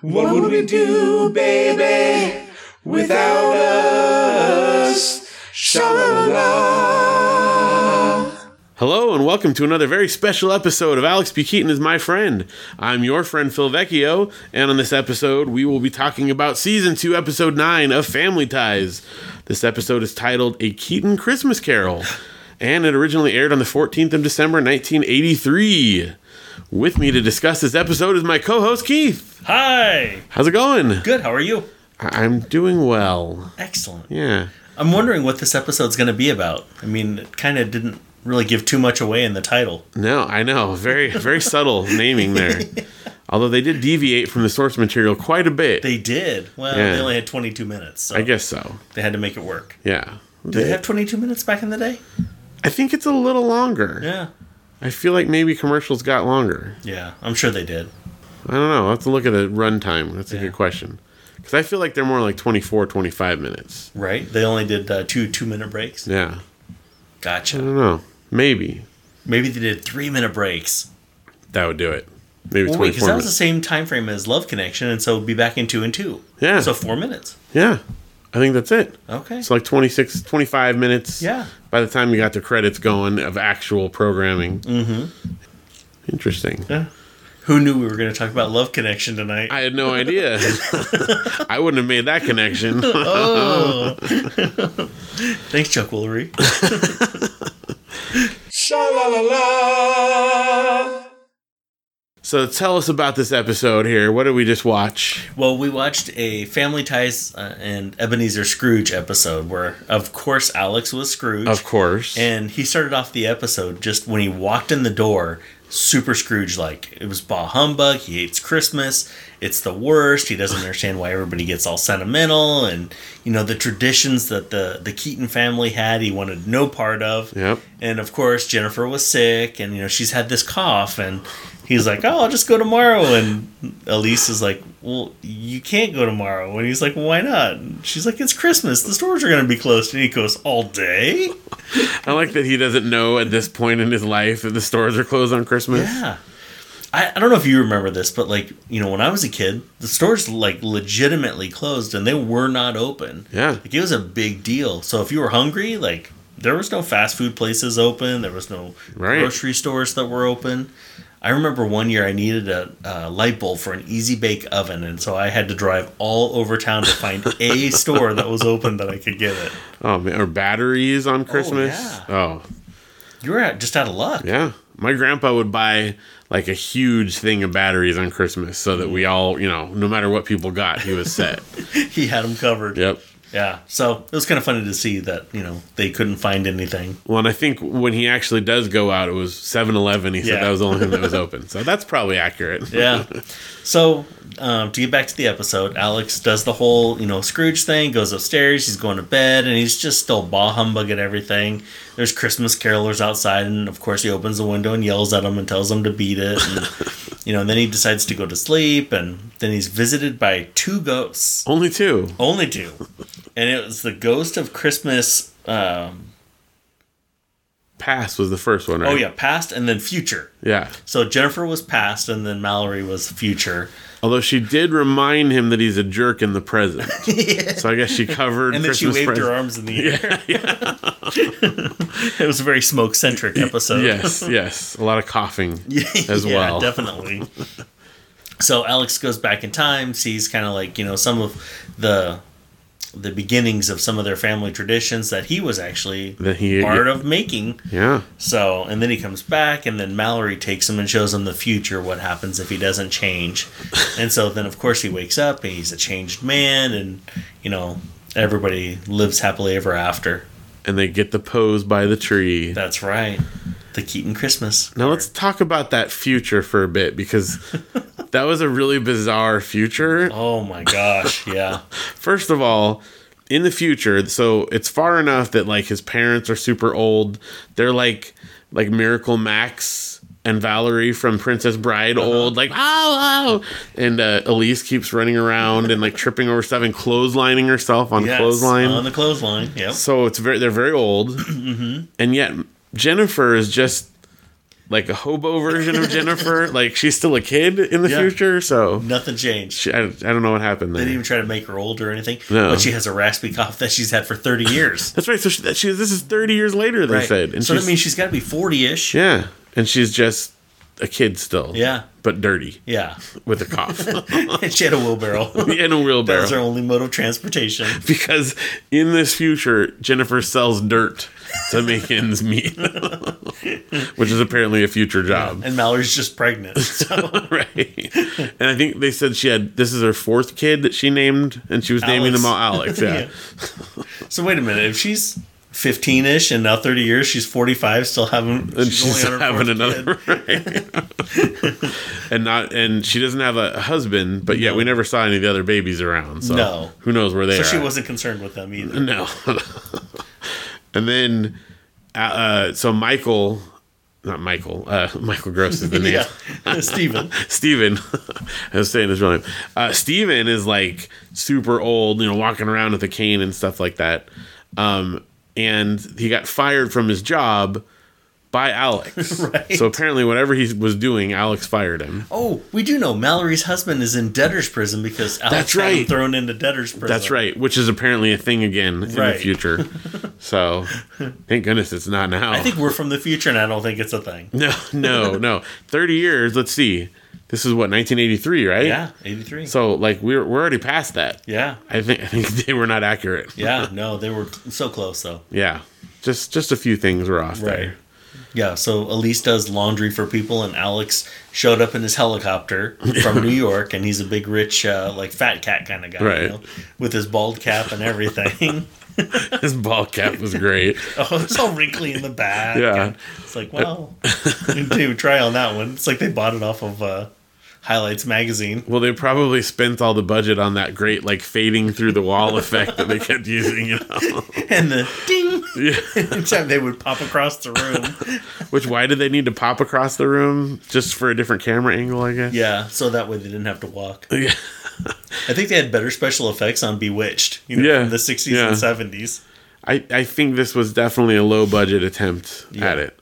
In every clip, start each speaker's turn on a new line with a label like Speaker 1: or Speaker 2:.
Speaker 1: What would we do, baby, without us? Sha-la-la-la.
Speaker 2: Hello and welcome to another very special episode of Alex B. Keaton is my friend. I'm your friend Phil Vecchio, and on this episode we will be talking about season two, episode nine of Family Ties. This episode is titled A Keaton Christmas Carol, and it originally aired on the 14th of December 1983. With me to discuss this episode is my co-host Keith.
Speaker 3: Hi.
Speaker 2: How's it going?
Speaker 3: Good. How are you?
Speaker 2: I- I'm doing well.
Speaker 3: Excellent.
Speaker 2: Yeah.
Speaker 3: I'm wondering what this episode's going to be about. I mean, it kind of didn't really give too much away in the title.
Speaker 2: No, I know. Very, very subtle naming there. Although they did deviate from the source material quite a bit.
Speaker 3: They did. Well,
Speaker 2: Yeah.
Speaker 3: they only had 22 minutes, so
Speaker 2: I guess so.
Speaker 3: they had to make it work.
Speaker 2: Yeah.
Speaker 3: Did they have 22 minutes back in the day?
Speaker 2: I think it's a little longer.
Speaker 3: Yeah.
Speaker 2: I feel like maybe commercials got longer.
Speaker 3: Yeah, I'm sure they did.
Speaker 2: I don't know. I'll have to look at the runtime. That's a
Speaker 3: Yeah.
Speaker 2: good question. Because I feel like they're more like 24, 25 minutes.
Speaker 3: Right? They only did uh, two two minute breaks.
Speaker 2: Yeah. I
Speaker 3: Gotcha.
Speaker 2: don't know. Maybe.
Speaker 3: Maybe they did three minute breaks.
Speaker 2: That would do it. Maybe
Speaker 3: Well, wait,
Speaker 2: 24
Speaker 3: because that was
Speaker 2: minutes.
Speaker 3: the same time frame as Love Connection, and so it'd be back in two and two.
Speaker 2: Yeah.
Speaker 3: So four minutes.
Speaker 2: yeah. I think that's it.
Speaker 3: Okay.
Speaker 2: It's like 26, 25 minutes.
Speaker 3: Yeah.
Speaker 2: By the time you got the credits going of actual programming. Mm-hmm. Interesting.
Speaker 3: Who knew we were going to talk about Love Connection tonight?
Speaker 2: I had no idea. I wouldn't have made that connection.
Speaker 3: Oh, Thanks, Chuck Woolery.
Speaker 1: Sha-la-la-la.
Speaker 2: so tell us about this episode here. What did we just watch?
Speaker 3: Well, we watched a Family Ties uh, and Ebenezer Scrooge episode where, of course, Alex was Scrooge.
Speaker 2: Of course.
Speaker 3: And he started off the episode just when he walked in the door, super Scrooge like. It was bah humbug. He hates Christmas. It's the worst. He doesn't understand why everybody gets all sentimental. And, you know, the traditions that the, the Keaton family had, he wanted no part of.
Speaker 2: Yep.
Speaker 3: And of course, Jennifer was sick, and you know she's had this cough, and he's like, "Oh, I'll just go tomorrow." And Elise is like, "Well, you can't go tomorrow." And he's like, "Why not?" And she's like, "It's Christmas. The stores are going to be closed." And he goes, "All day?"
Speaker 2: I like that he doesn't know at this point in his life that the stores are closed on Christmas.
Speaker 3: Yeah. I, I don't know if you remember this, but like you know, when I was a kid, the stores like legitimately closed, and they were not open.
Speaker 2: Yeah.
Speaker 3: Like it was a big deal. So if you were hungry, like there was no fast food places open, there was no
Speaker 2: Right.
Speaker 3: grocery stores that were open. I remember one year I needed a, a light bulb for an easy bake oven, and so I had to drive all over town to find a store that was open that I could get it.
Speaker 2: Oh, man. Or batteries on Christmas.
Speaker 3: yeah.
Speaker 2: Oh,
Speaker 3: You were out- just out of luck.
Speaker 2: yeah. My grandpa would buy like a huge thing of batteries on Christmas so that we all, you know, no matter what people got, he was set.
Speaker 3: He had them covered.
Speaker 2: yep.
Speaker 3: Yeah. So it was kind of funny to see that you know they couldn't find anything.
Speaker 2: Well, and I think when he actually does go out, it was 7 Eleven. He said
Speaker 3: Yeah.
Speaker 2: that was the only thing that was open. So that's probably accurate.
Speaker 3: yeah. So um, to get back to the episode, Alex does the whole you know Scrooge thing, goes upstairs, he's going to bed, and he's just still bah humbug at everything. There's Christmas carolers outside, and of course he opens the window and yells at them and tells them to beat it, and you know, and then he decides to go to sleep, and then he's visited by two ghosts,
Speaker 2: Only two.
Speaker 3: only two, and it was the ghost of Christmas. Um,
Speaker 2: Pass was the first one, right?
Speaker 3: oh yeah, past and then future.
Speaker 2: Yeah.
Speaker 3: So Jennifer was past, and then Mallory was future.
Speaker 2: Although she did remind him that he's a jerk in the present. So I guess she covered
Speaker 3: And then
Speaker 2: Christmas
Speaker 3: she waved
Speaker 2: present.
Speaker 3: her arms in the air. it was a very smoke centric episode.
Speaker 2: Yes, yes. A lot of coughing as
Speaker 3: Yeah,
Speaker 2: well.
Speaker 3: definitely. so Alex goes back in time, sees kind of like you know some of the the beginnings of some of their family traditions that he was actually
Speaker 2: That he-
Speaker 3: part of making.
Speaker 2: Yeah.
Speaker 3: So, and then he comes back, and then Mallory takes him and shows him the future, what happens if he doesn't change. and so then, of course, he wakes up and he's a changed man, and, you know, everybody lives happily ever after.
Speaker 2: And they get the pose by the tree.
Speaker 3: That's right. The Keaton Christmas.
Speaker 2: Now let's talk about that future for a bit because that was a really bizarre future.
Speaker 3: Oh my gosh. Yeah.
Speaker 2: First of all, in the future, so it's far enough that like his parents are super old. They're like like Miracle Max and Valerie from Princess Bride
Speaker 3: Uh-huh.
Speaker 2: old, like oh, oh. and uh, Elise keeps running around and like tripping over stuff and clotheslining herself on
Speaker 3: Yes,
Speaker 2: clothesline.
Speaker 3: On the Mm-hmm. clothesline. Yep.
Speaker 2: so it's very they're very old, and yet Jennifer is just like a hobo version of Jennifer. like she's still a kid in the
Speaker 3: Yeah.
Speaker 2: future, so
Speaker 3: Nothing changed.
Speaker 2: she, I, I don't know what happened
Speaker 3: They
Speaker 2: there.
Speaker 3: didn't even try to make her old or anything.
Speaker 2: No.
Speaker 3: But she has a raspy cough that she's had for 30 years.
Speaker 2: That's right. So she, that she, this is thirty years later. They
Speaker 3: right.
Speaker 2: said, and
Speaker 3: so
Speaker 2: she's,
Speaker 3: that means she's got to be 40 ish.
Speaker 2: yeah, and she's just a kid still.
Speaker 3: Yeah.
Speaker 2: but dirty
Speaker 3: Yeah.
Speaker 2: with a cough
Speaker 3: And she had a wheelbarrow. that
Speaker 2: and a wheelbarrow.
Speaker 3: was her only mode of transportation.
Speaker 2: because in this future, Jennifer sells dirt to make ends meet, which is apparently a future job,
Speaker 3: And Mallory's just pregnant. So
Speaker 2: right? And I think they said she had this is her fourth kid that she named, and she was naming them all Alex. Yeah,
Speaker 3: So wait a minute. If she's 15 ish and now 30 years, she's 45, still having.
Speaker 2: and she's,
Speaker 3: on her
Speaker 2: having
Speaker 3: fourth kid.
Speaker 2: another, right. and not, and she doesn't have a husband, but yet we never saw any of the other babies around. So
Speaker 3: No.
Speaker 2: who knows where they
Speaker 3: So
Speaker 2: are?
Speaker 3: she
Speaker 2: at.
Speaker 3: wasn't concerned with them either.
Speaker 2: No. and then, uh, uh, so Michael, not Michael, uh, Michael Gross is the name.
Speaker 3: Yeah.
Speaker 2: Mm-hmm.
Speaker 3: Steven.
Speaker 2: Steven, I was saying his real name. Uh, Steven is like super old, you know, walking around with a cane and stuff like that. Um, and he got fired from his job by Alex.
Speaker 3: Right.
Speaker 2: So apparently, whatever he was doing, Alex fired him.
Speaker 3: Oh, we do know Mallory's husband is in debtor's prison because
Speaker 2: That's
Speaker 3: Alex had him
Speaker 2: right.
Speaker 3: thrown into debtor's prison.
Speaker 2: That's right, which is apparently a thing again in the
Speaker 3: Right.
Speaker 2: future. so thank goodness it's not now.
Speaker 3: I think we're from the future, and I don't think it's a thing.
Speaker 2: No, no, no. Thirty years. Let's see. This is what 1983, right?
Speaker 3: Yeah, eighty three.
Speaker 2: So like we're we're already past that.
Speaker 3: yeah,
Speaker 2: I think I think they were not accurate.
Speaker 3: yeah. No, they were so close though.
Speaker 2: Yeah. Just just a few things were off
Speaker 3: Right.
Speaker 2: there.
Speaker 3: Yeah. So Elise does laundry for people, and Alex showed up in his helicopter from New York, and he's a big, rich, uh, like fat cat kind of guy,
Speaker 2: Right.
Speaker 3: you know, with his bald cap and everything.
Speaker 2: His ball cap was great.
Speaker 3: oh, it's all wrinkly in the back.
Speaker 2: Yeah.
Speaker 3: and It's like, well, dude, try on that one. It's like they bought it off of uh, Highlights magazine.
Speaker 2: Well, they probably spent all the budget on that great like fading through the wall effect that they kept using, you know.
Speaker 3: and the ding
Speaker 2: Yeah.
Speaker 3: time they would pop across the room.
Speaker 2: Which why did they need to pop across the room just for a different camera angle, I guess?
Speaker 3: Yeah, so that way they didn't have to walk.
Speaker 2: Yeah.
Speaker 3: I think they had better special effects on Bewitched, you know,
Speaker 2: Yeah,
Speaker 3: from the 60s
Speaker 2: yeah.
Speaker 3: and 70s.
Speaker 2: I, I think this was definitely a low budget attempt
Speaker 3: Yeah.
Speaker 2: at it.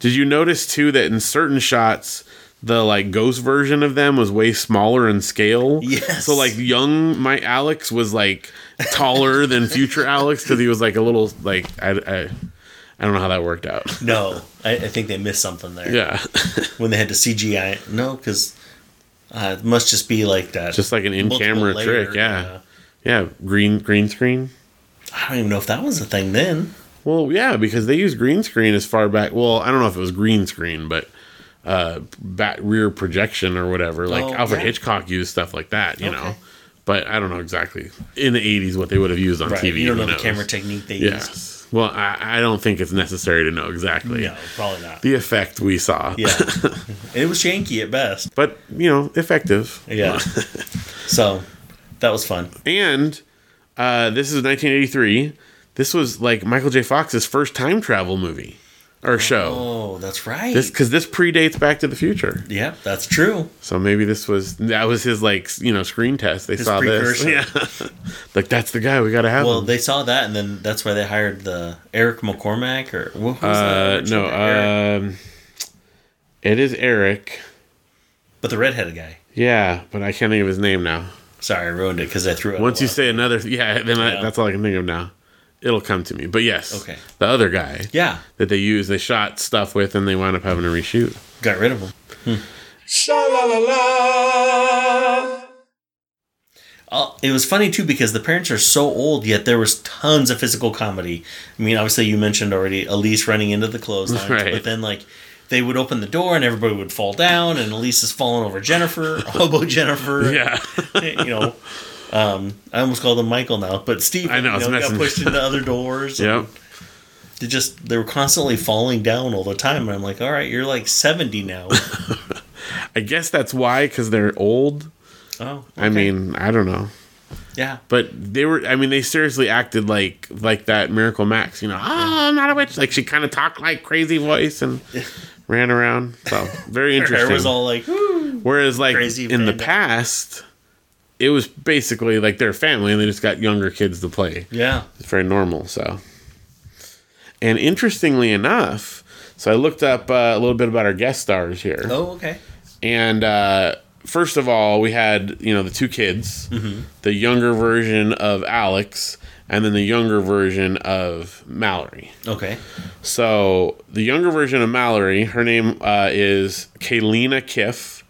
Speaker 2: Did you notice too that in certain shots the like ghost version of them was way smaller in scale?
Speaker 3: Yes.
Speaker 2: So like young my Alex was like taller than future Alex because he was like a little like I, I I don't know how that worked out.
Speaker 3: No, I, I think they missed something there
Speaker 2: Yeah,
Speaker 3: when they had to CGI. it. No, because uh, it must just be like that.
Speaker 2: just like an in
Speaker 3: multiple
Speaker 2: camera
Speaker 3: layer,
Speaker 2: trick. Yeah. yeah, green green screen.
Speaker 3: I don't even know if that was a thing then.
Speaker 2: Well, yeah, because they used green screen as far back. Well, I don't know if it was green screen, but uh, bat rear projection or whatever. Like
Speaker 3: Oh,
Speaker 2: Alfred
Speaker 3: yeah.
Speaker 2: Hitchcock used stuff like that, you know.
Speaker 3: Okay.
Speaker 2: But I don't know exactly in the '80s what they would have used on
Speaker 3: Right.
Speaker 2: TV.
Speaker 3: you don't
Speaker 2: who
Speaker 3: know the
Speaker 2: knows?
Speaker 3: camera technique they used.
Speaker 2: Yes. Well, I, I don't think it's necessary to know exactly
Speaker 3: No, probably not.
Speaker 2: the effect we saw.
Speaker 3: Yeah. it was janky at best.
Speaker 2: But you know, effective.
Speaker 3: Yeah. so that was fun.
Speaker 2: And uh, this is 1983. This was like Michael J. Fox's first time travel movie or show.
Speaker 3: Oh, that's right.
Speaker 2: This because this predates Back to the Future.
Speaker 3: yeah, that's true.
Speaker 2: So maybe this was that was his like you know screen test. They
Speaker 3: His
Speaker 2: saw
Speaker 3: precursor.
Speaker 2: this, yeah. like that's the guy we gotta have.
Speaker 3: Well,
Speaker 2: him.
Speaker 3: they saw that, and then that's why they hired the Eric McCormack or who who's
Speaker 2: uh,
Speaker 3: that?
Speaker 2: no,
Speaker 3: Eric.
Speaker 2: um, it is Eric.
Speaker 3: but the redheaded guy.
Speaker 2: Yeah, but I can't think of his name now.
Speaker 3: Sorry, I ruined it because I threw it.
Speaker 2: Once
Speaker 3: all
Speaker 2: you
Speaker 3: up.
Speaker 2: say another, yeah, then I,
Speaker 3: Yeah.
Speaker 2: that's all I can think of now. It'll come to me. But yes,
Speaker 3: Okay.
Speaker 2: the other guy
Speaker 3: yeah,
Speaker 2: that they used, they shot stuff with, and they wound up having to reshoot.
Speaker 3: got rid of him.
Speaker 1: Sha la la la.
Speaker 3: Uh, it was funny too because the parents are so old, yet there was tons of physical comedy. I mean, obviously you mentioned already Elise running into the clothesline,
Speaker 2: Right.
Speaker 3: but then like they would open the door and everybody would fall down, and Elise is falling over Jennifer, hobo Jennifer,
Speaker 2: Yeah,
Speaker 3: you know. Um, I almost called him Michael now, but Steve,
Speaker 2: I know,
Speaker 3: you
Speaker 2: it's
Speaker 3: got
Speaker 2: messing-
Speaker 3: pushed into other doors.
Speaker 2: yep.
Speaker 3: they just they were constantly falling down all the time and i'm like all right you're like 70 now
Speaker 2: I guess that's why because they're old.
Speaker 3: oh
Speaker 2: I mean, I don't know.
Speaker 3: yeah
Speaker 2: But they were, I mean, they seriously acted like like that Miracle Max, you know, ah, I'm not a witch. Like she kind of talked like crazy voice and ran around. So very
Speaker 3: her hair
Speaker 2: interesting.
Speaker 3: was all like "Woo."
Speaker 2: Whereas, like
Speaker 3: crazy
Speaker 2: in the
Speaker 3: bandit.
Speaker 2: past, it was basically like their family, and they just got younger kids to play.
Speaker 3: yeah
Speaker 2: It's very normal. So, and interestingly enough, So I looked up uh, a little bit about our guest stars here.
Speaker 3: Oh, okay.
Speaker 2: And uh, first of all, we had you know the two kids,
Speaker 3: Mm-hmm.
Speaker 2: the younger version of Alex, and then the younger version of Mallory.
Speaker 3: Okay.
Speaker 2: So the younger version of Mallory, her name uh, is Kaylina Kiff,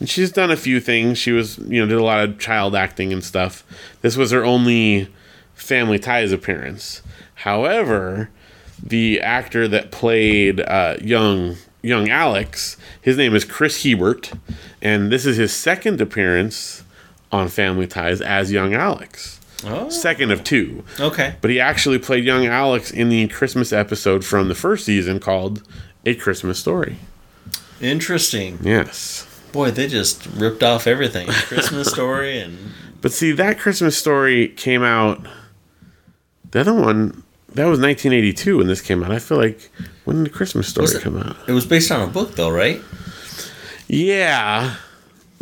Speaker 2: and she's done a few things. She was you know did a lot of child acting and stuff. This was her only Family Ties appearance. However, the actor that played uh, young young Alex, his name is Chris Hebert, and this is his second appearance on Family Ties as young Alex.
Speaker 3: Oh.
Speaker 2: Second of two.
Speaker 3: Okay.
Speaker 2: But he actually played young Alex in the Christmas episode from the first season called A Christmas Story.
Speaker 3: Interesting.
Speaker 2: Yes.
Speaker 3: Boy, they just ripped off everything. Christmas story and
Speaker 2: But see, that Christmas story came out. The other one, that was 1982 when this came out. I feel like, when did Christmas story
Speaker 3: Was it-
Speaker 2: come out?
Speaker 3: it was based on a book though, right?
Speaker 2: Yeah.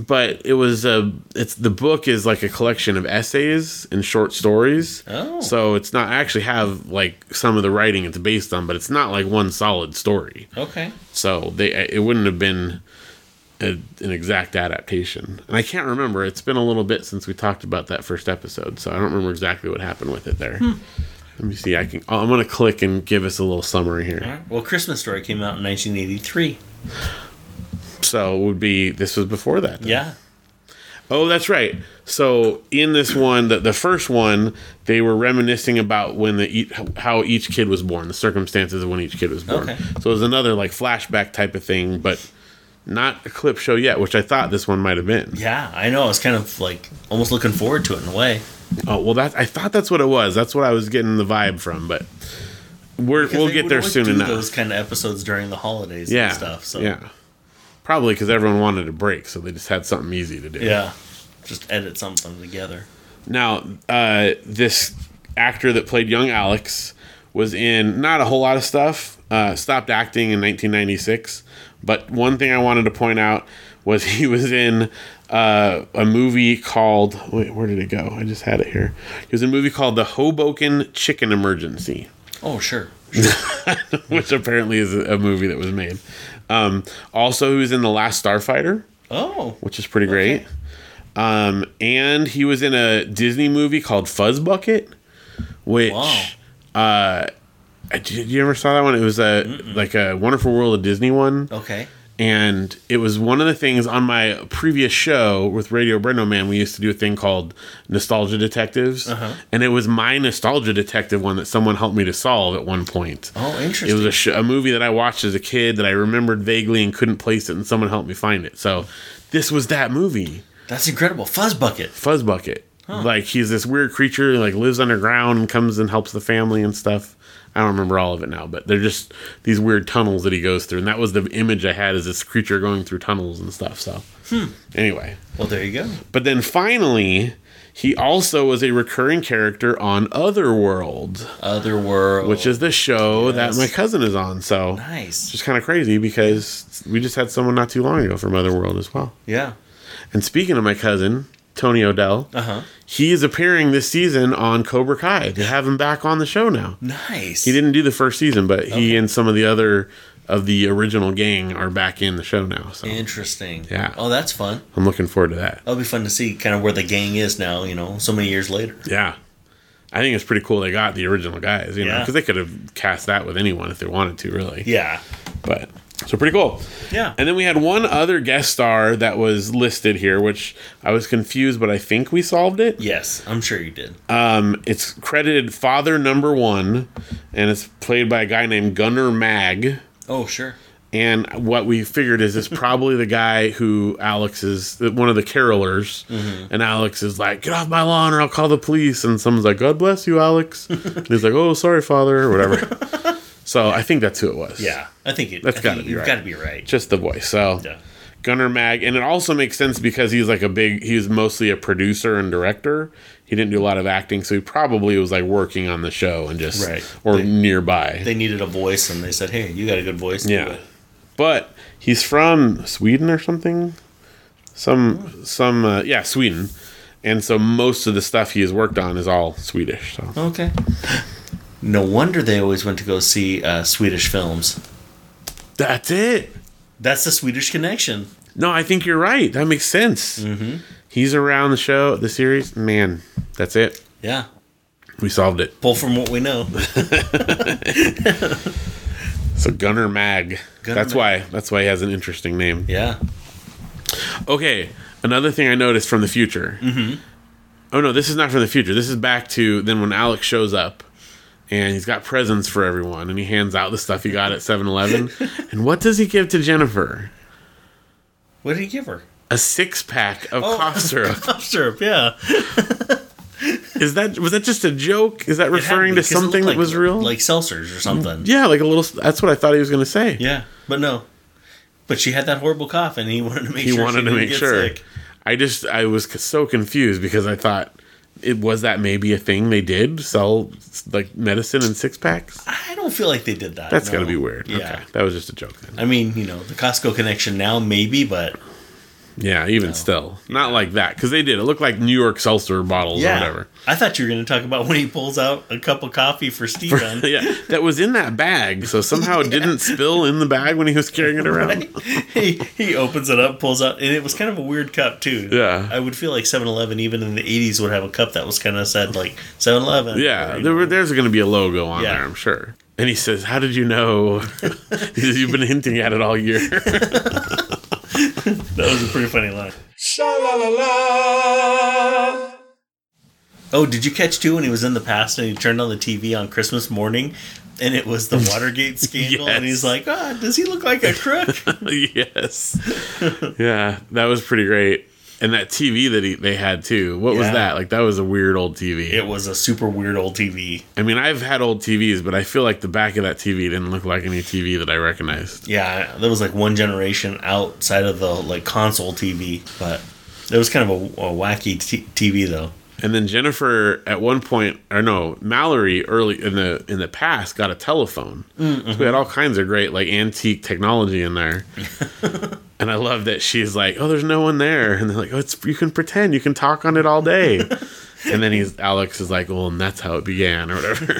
Speaker 2: But it was a. It's the book is like a collection of essays and short stories.
Speaker 3: Oh.
Speaker 2: So it's not I actually have like some of the writing it's based on, but it's not like one solid story.
Speaker 3: Okay.
Speaker 2: So they it wouldn't have been a, an exact adaptation. And I can't remember. It's been a little bit since we talked about that first episode, so I don't remember exactly what happened with it
Speaker 3: Hmm.
Speaker 2: there. Let me see. I can. Oh, I'm gonna click and give us a little summary here.
Speaker 3: All right. Well, Christmas Story came out in 1983.
Speaker 2: So it would be this was before that. then.
Speaker 3: Yeah.
Speaker 2: Oh, that's right. So in this one, the, the first one, they were reminiscing about when the each, how each kid was born, the circumstances of when each kid was born.
Speaker 3: Okay.
Speaker 2: So it was another like flashback type of thing, but not a clip show yet, which I thought this one might have been.
Speaker 3: Yeah, I know. I was kind of like almost looking forward to it in a way.
Speaker 2: Oh well, that I thought that's what it was. That's what I was getting the vibe from, but we're, we'll
Speaker 3: They
Speaker 2: get
Speaker 3: would
Speaker 2: there
Speaker 3: always
Speaker 2: soon
Speaker 3: do
Speaker 2: enough.
Speaker 3: Those kind of episodes during the holidays
Speaker 2: yeah,
Speaker 3: and stuff. So
Speaker 2: yeah, probably because everyone wanted a break, so they just had something easy to do.
Speaker 3: Yeah. Just edit something together.
Speaker 2: Now, uh, this actor that played young Alex was in not a whole lot of stuff. Uh, stopped acting in 1996. But one thing I wanted to point out was he was in uh, a movie called. Wait, where did it go? I just had it here. He was in a movie called The Hoboken Chicken Emergency
Speaker 3: Oh, sure.
Speaker 2: which apparently is a movie that was made. Um, also, he was in The Last Starfighter,
Speaker 3: Oh.
Speaker 2: which is pretty great. Um, and he was in a Disney movie called Fuzzbucket, which
Speaker 3: Wow.
Speaker 2: uh, I- did you ever saw that one? It was a like a Wonderful World of Disney one,
Speaker 3: Okay.
Speaker 2: and it was one of the things on my previous show with Radio Brendo Man. We used to do a thing called Nostalgia Detectives, and it was my Nostalgia Detective one that someone helped me to solve at one point.
Speaker 3: Oh,
Speaker 2: It
Speaker 3: interesting.
Speaker 2: was a, sh- a movie that I watched as a kid that I remembered vaguely and couldn't place it, and someone helped me find it. So this was that movie,
Speaker 3: That's incredible. Fuzzbucket.
Speaker 2: Fuzzbucket. Like he's this weird creature, like lives underground and comes and helps the family and stuff. I don't remember all of it now, but they're just these weird tunnels that he goes through, and that was the image I had is this creature going through tunnels and stuff. So,
Speaker 3: Hmm.
Speaker 2: anyway,
Speaker 3: Well, there you go.
Speaker 2: but then finally, he also was a recurring character on Otherworld,
Speaker 3: Otherworld.
Speaker 2: which is the show
Speaker 3: Yes.
Speaker 2: that my cousin is on. So
Speaker 3: nice.
Speaker 2: which is kind of crazy because we just had someone not too long ago from Otherworld as well.
Speaker 3: Yeah.
Speaker 2: And speaking of my cousin, Tony Odell,
Speaker 3: Uh huh.
Speaker 2: he is appearing this season on Cobra Kai. They have him back on the show now.
Speaker 3: Nice.
Speaker 2: He didn't do the first season, but he and some of the other of the original gang are back in the show now. So
Speaker 3: Interesting.
Speaker 2: Yeah.
Speaker 3: Oh, that's fun.
Speaker 2: I'm looking forward to that.
Speaker 3: That'll be fun to see kind of where the gang is now, you know, so many years later.
Speaker 2: Yeah. I think it's pretty cool they got the original guys, you know,
Speaker 3: Yeah.
Speaker 2: because they could have cast that with anyone if they wanted to, really.
Speaker 3: Yeah.
Speaker 2: But so pretty cool.
Speaker 3: Yeah.
Speaker 2: And then we had one other guest star that was listed here, which I was confused, but I think we solved it.
Speaker 3: yes, I'm sure you did.
Speaker 2: Um, it's credited Father Number One, and it's played by a guy named Gunnar Mag.
Speaker 3: oh, sure.
Speaker 2: And what we figured is it's probably the guy who Alex is one of the carolers,
Speaker 3: Mm-hmm.
Speaker 2: and Alex is like, "Get off my lawn, or I'll call the police." And someone's like, "God bless you, Alex." and he's like, "Oh, sorry, Father," or whatever. so I think that's who it was.
Speaker 3: Yeah. I think it,
Speaker 2: That's
Speaker 3: I
Speaker 2: gotta
Speaker 3: think
Speaker 2: be
Speaker 3: you've
Speaker 2: right.
Speaker 3: Got to be right.
Speaker 2: just the voice. So
Speaker 3: Yeah.
Speaker 2: Gunner Mag, and it also makes sense because he's like a big. He's mostly a producer and director. He didn't do a lot of acting, so he probably was like working on the show and just
Speaker 3: Right.
Speaker 2: or
Speaker 3: They-
Speaker 2: nearby.
Speaker 3: They needed a voice, and they said, "Hey, you got a good voice." do
Speaker 2: yeah,
Speaker 3: it."
Speaker 2: but he's from Sweden or something. Some some uh, yeah Sweden, and so most of the stuff he has worked on is all Swedish. So
Speaker 3: Okay. No wonder they always went to go see uh, Swedish films.
Speaker 2: That's it.
Speaker 3: That's the Swedish connection.
Speaker 2: No, I think you're right. That makes sense.
Speaker 3: Mm-hmm.
Speaker 2: He's around the show, the series. Man, that's it.
Speaker 3: Yeah.
Speaker 2: We solved it.
Speaker 3: Pull from what we know.
Speaker 2: So Gunner Mag.
Speaker 3: Gunner
Speaker 2: that's
Speaker 3: Mag.
Speaker 2: why. That's why he has an interesting name.
Speaker 3: Yeah.
Speaker 2: Okay. Another thing I noticed from the future. Mm-hmm. Oh no, this is not from the future. This is back to then when Alex shows up, and he's got presents for everyone, and he hands out the stuff he got at 7-Eleven. and what does he give to Jennifer?
Speaker 3: What did he give her?
Speaker 2: A six pack of
Speaker 3: Oh.
Speaker 2: cough syrup.
Speaker 3: Cough syrup, yeah.
Speaker 2: Is that was that just a joke? Is that
Speaker 3: It had
Speaker 2: referring to
Speaker 3: because it looked
Speaker 2: something
Speaker 3: like-
Speaker 2: that was real?
Speaker 3: Like seltzers or something.
Speaker 2: yeah, like a little. That's what I thought he was gonna say.
Speaker 3: Yeah, but no. But she had that horrible cough, and he wanted to make
Speaker 2: he
Speaker 3: sure
Speaker 2: wanted
Speaker 3: she
Speaker 2: to
Speaker 3: didn't
Speaker 2: make
Speaker 3: get
Speaker 2: sure.
Speaker 3: sick.
Speaker 2: I just I was c- so confused because I thought it was that maybe a thing they did sell s- like medicine in six packs.
Speaker 3: I don't feel like they did that.
Speaker 2: That's
Speaker 3: no.
Speaker 2: got to be weird.
Speaker 3: Yeah.
Speaker 2: Okay, that was just a joke then.
Speaker 3: I mean, you know, the Costco connection now, maybe, but
Speaker 2: Yeah, even still, not like that because they did. It looked like New York seltzer bottles
Speaker 3: yeah.
Speaker 2: or whatever.
Speaker 3: I thought you were going to talk about when he pulls out a cup of coffee for Steven.
Speaker 2: yeah, that was in that bag, so somehow it didn't spill in the bag when he was carrying it around.
Speaker 3: he, he opens it up, pulls out, and it was kind of a weird cup, too.
Speaker 2: Yeah.
Speaker 3: I would feel like 7 Eleven, even in the 80s, would have a cup that was kind of said, like, 7 Eleven.
Speaker 2: Yeah, there were, there's going to be a logo on
Speaker 3: Yeah.
Speaker 2: there, I'm sure. And he says, "How did you know?" he says, "You've been hinting at it all year."
Speaker 3: That was a pretty funny line.
Speaker 1: Sha la la la.
Speaker 3: Oh, did you catch too when he was in the past and he turned on the TV on Christmas morning and it was the Watergate scandal and
Speaker 2: Yes.
Speaker 3: he's like, ah, does he look like a crook?
Speaker 2: yes. yeah, that was pretty great. And that TV that he, they had too. What was
Speaker 3: Yeah.
Speaker 2: that? Like that was a weird old TV.
Speaker 3: it was a super weird old TV.
Speaker 2: I mean, I've had old TVs, but I feel like the back of that TV didn't look like any TV that I recognized.
Speaker 3: Yeah, that was like one generation outside of the like console TV, but it was kind of a, a wacky t- TV though.
Speaker 2: And then Jennifer at one point, or no, Mallory early in the in the past got a telephone. So we had all kinds of great like antique technology in there. and I love that she's like, "Oh, there's no one there," and they're like, "Oh, it's you can pretend, you can talk on it all day." and then he's Alex is like, "Well, and that's how it began," or whatever.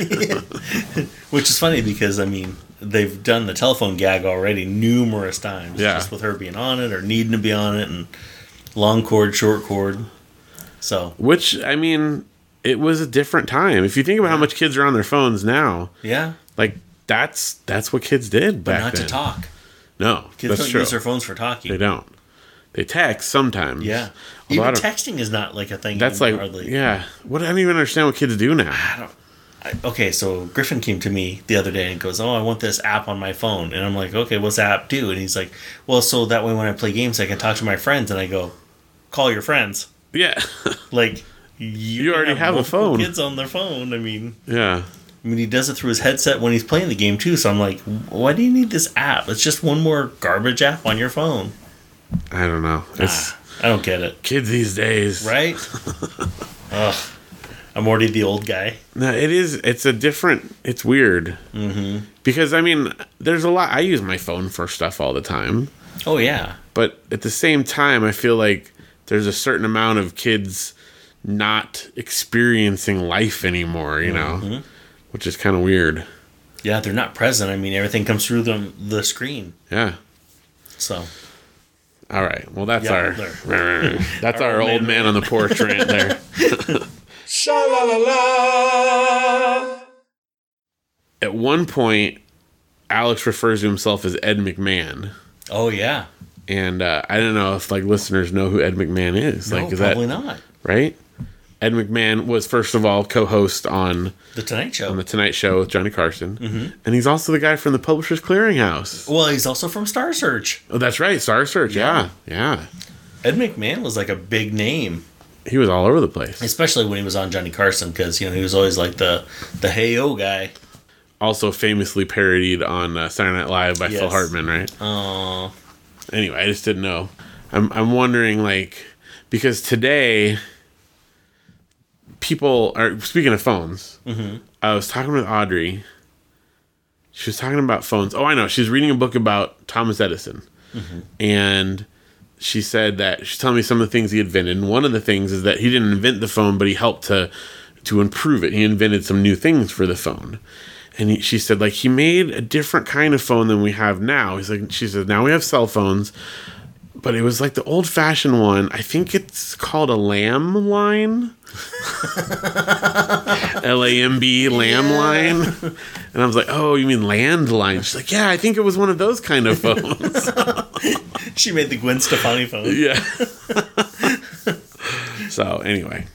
Speaker 3: Which is funny because I mean they've done the telephone gag already numerous times.
Speaker 2: Yeah.
Speaker 3: Just with her being on it or needing to be on it and long cord, short cord. So
Speaker 2: Which I mean, it was a different time. If you think about how much kids are on their phones now,
Speaker 3: yeah.
Speaker 2: like that's that's what kids did back
Speaker 3: But not
Speaker 2: then.
Speaker 3: to talk.
Speaker 2: No,
Speaker 3: Kids
Speaker 2: that's
Speaker 3: don't
Speaker 2: true.
Speaker 3: use their phones for
Speaker 2: they
Speaker 3: talking.
Speaker 2: don't. They text sometimes.
Speaker 3: Yeah.
Speaker 2: A
Speaker 3: Even
Speaker 2: lot of-
Speaker 3: texting is not like a thing.
Speaker 2: That's
Speaker 3: anymore,
Speaker 2: like yeah. What I don't even understand what kids do now.
Speaker 3: I- okay, so Griffin came to me the other day and goes, "Oh, I want this app on my phone," and I'm like, "Okay, what's the app do?" And he's like, "Well, so that way when I play games, I can talk to my friends." And I go, "Call your friends."
Speaker 2: Yeah,
Speaker 3: Like you, can
Speaker 2: already have a
Speaker 3: multiple
Speaker 2: phone.
Speaker 3: Kids on their phone. I mean,
Speaker 2: yeah.
Speaker 3: I mean, he does it through his headset when he's playing the game too. So I'm like, "Why do you need this app? It's just one more garbage app on your phone."
Speaker 2: I don't know. It's
Speaker 3: Ah, I don't get it.
Speaker 2: kids these days,
Speaker 3: Right? Ugh. I'm already the old guy.
Speaker 2: No, it is. It's a different. It's weird. Mm-hmm. Because I mean, there's a lot. I use my phone for stuff all the time.
Speaker 3: Oh yeah.
Speaker 2: but at the same time i feel like there's a certain amount of kids not experiencing life anymore you know
Speaker 3: Mm-hmm.
Speaker 2: which is kind of weird
Speaker 3: Yeah, they're not present. I mean, everything comes through the the screen.
Speaker 2: yeah
Speaker 3: So
Speaker 2: all right well that's
Speaker 3: Yeah,
Speaker 2: our
Speaker 3: there.
Speaker 2: that's our, old man, on the porch rant there
Speaker 1: Sha la la la.
Speaker 2: at one point alex refers to himself as ed mcmahon
Speaker 3: Oh yeah.
Speaker 2: and uh, i don't know if like listeners know who ed mcmahon is
Speaker 3: No,
Speaker 2: like is that
Speaker 3: probably not.
Speaker 2: right ed mcmahon was first of all co-host on
Speaker 3: The Tonight Show.
Speaker 2: on the Tonight Show with Johnny Carson,
Speaker 3: Mm-hmm.
Speaker 2: and he's also the guy from the Publishers Clearinghouse.
Speaker 3: well, he's also from Star Search.
Speaker 2: Oh, that's right, Star Search. Yeah. yeah,
Speaker 3: Ed McMahon was like a big name,
Speaker 2: he was all over the place.
Speaker 3: especially when he was on Johnny Carson, because you know he was always like the the hey oh guy.
Speaker 2: Also famously parodied on uh, Saturday Night Live by Phil
Speaker 3: Yes.
Speaker 2: Hartman, right?
Speaker 3: Oh,
Speaker 2: Anyway, I just didn't know. I'm I'm wondering like because today people are speaking of phones. I was talking with Audrey. She was talking about phones. Oh, I know. She's reading a book about Thomas Edison, and she said that she's telling me some of the things he invented. And one of the things is that he didn't invent the phone, but he helped to to improve it. He invented some new things for the phone. and he, she said like he made a different kind of phone than we have now. He's like she said now we have cell phones, but it was like the old fashioned one. I think it's called a lamb line. L A M B lamb line. And I was like, "Oh, you mean landline?" She's like, "Yeah, I think it was one of those kind of phones."
Speaker 3: She made the Gwen Stefani phone.
Speaker 2: yeah. so anyway,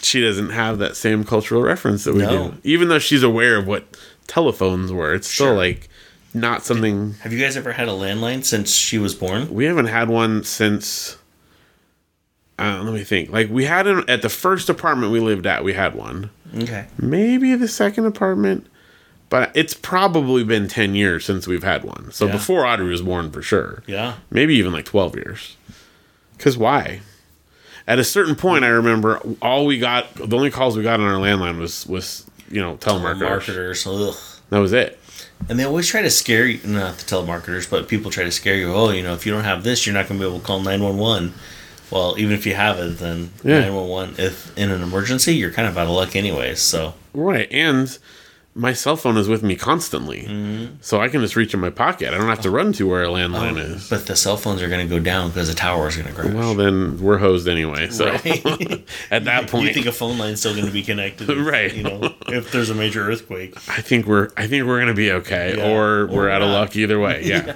Speaker 2: she doesn't have that same cultural reference that we
Speaker 3: No.
Speaker 2: do, even though she's aware of what telephones were. It's still
Speaker 3: Sure.
Speaker 2: like not something
Speaker 3: Have you guys ever had a landline since she was born?
Speaker 2: we haven't had one since. Uh, let me think. Like we had it at the first apartment we lived at. We had one.
Speaker 3: Okay.
Speaker 2: maybe the second apartment, but it's probably been 10 years since we've had one. So
Speaker 3: Yeah.
Speaker 2: before Audrey was born, for sure.
Speaker 3: Yeah.
Speaker 2: Maybe even like 12 years. Because why? At a certain point, I remember all we got, the only calls we got on our landline was, was you know, telemarketers.
Speaker 3: Marketers. Ugh.
Speaker 2: That was it.
Speaker 3: And they always try to scare you, not the telemarketers, but people try to scare you. Oh, you know, if you don't have this, you're not going to be able to call 911. Well, even if you have it, then
Speaker 2: Yeah.
Speaker 3: 911, if in an emergency, you're kind of out of luck anyways. So,
Speaker 2: Right. And my cell phone is with me constantly.
Speaker 3: Mm-hmm.
Speaker 2: So I can just reach in my pocket. I don't have to run to where a landline is.
Speaker 3: but the cell phones are going to go down because the tower is going to crash.
Speaker 2: Well, then we're hosed anyway. So
Speaker 3: Right.
Speaker 2: at that point,
Speaker 3: you think a phone line's still going to be connected, if,
Speaker 2: Right.
Speaker 3: You know, if there's a major earthquake.
Speaker 2: I think we're I think we're gonna be okay,
Speaker 3: Yeah.
Speaker 2: or
Speaker 3: Or
Speaker 2: we're out of
Speaker 3: not.
Speaker 2: luck either way. Yeah.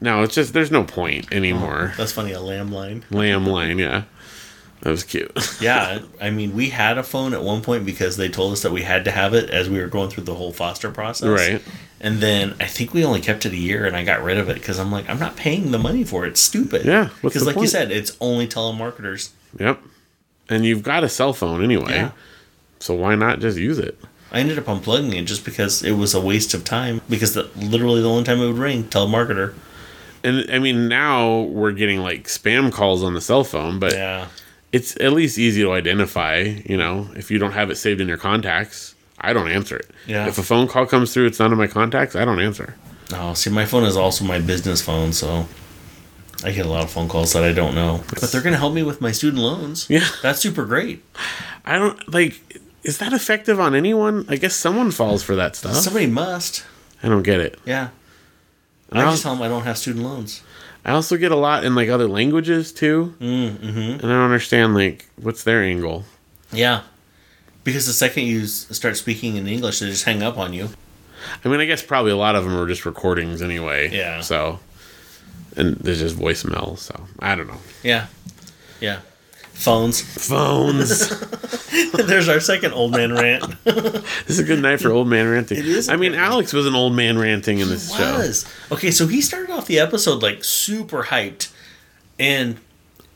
Speaker 2: No, it's just there's no point anymore.
Speaker 3: That's funny, a lamb line.
Speaker 2: Lamb line, yeah. That was cute.
Speaker 3: Yeah, I mean, we had a phone at one point because they told us that we had to have it as we were going through the whole foster process.
Speaker 2: Right.
Speaker 3: And then I think we only kept it a year, and I got rid of it because I'm like, I'm not paying the money for it. It's stupid.
Speaker 2: Yeah, what's
Speaker 3: Because
Speaker 2: the
Speaker 3: like you
Speaker 2: point?
Speaker 3: said, it's only telemarketers.
Speaker 2: yep. And you've got a cell phone anyway,
Speaker 3: Yeah.
Speaker 2: so why not just use it?
Speaker 3: I ended up unplugging it just because it was a waste of time. Because the, literally the only time it would ring, telemarketer.
Speaker 2: And I mean, now we're getting like spam calls on the cell phone, but
Speaker 3: Yeah.
Speaker 2: it's at least easy to identify. You know, if you don't have it saved in your contacts, I don't answer it.
Speaker 3: Yeah.
Speaker 2: If a phone call comes through, it's not in my contacts. I don't answer.
Speaker 3: Oh, see, my phone is also my business phone, so I get a lot of phone calls that I don't know. But they're going to help me with my student loans.
Speaker 2: Yeah.
Speaker 3: That's super great.
Speaker 2: I don't like. Is that effective on anyone? I guess someone falls for that stuff.
Speaker 3: Somebody must.
Speaker 2: I don't get it.
Speaker 3: Yeah.
Speaker 2: And I,
Speaker 3: I just
Speaker 2: also,
Speaker 3: tell them I don't have student loans.
Speaker 2: I also get a lot in like other languages too, mm,
Speaker 3: mm-hmm.
Speaker 2: and I don't understand like what's their angle.
Speaker 3: Yeah. Because the second you s- start speaking in English, they just hang up on you.
Speaker 2: I mean, I guess probably a lot of them are just recordings anyway.
Speaker 3: Yeah.
Speaker 2: So, and there's just voicemail. So I don't know.
Speaker 3: Yeah. Yeah. Phones.
Speaker 2: Phones.
Speaker 3: There's our second old man rant.
Speaker 2: this is a good night for old man ranting.
Speaker 3: It is a
Speaker 2: I mean,
Speaker 3: good
Speaker 2: Alex was an old man ranting in this show.
Speaker 3: was. Okay, so he started off the episode like super hyped, and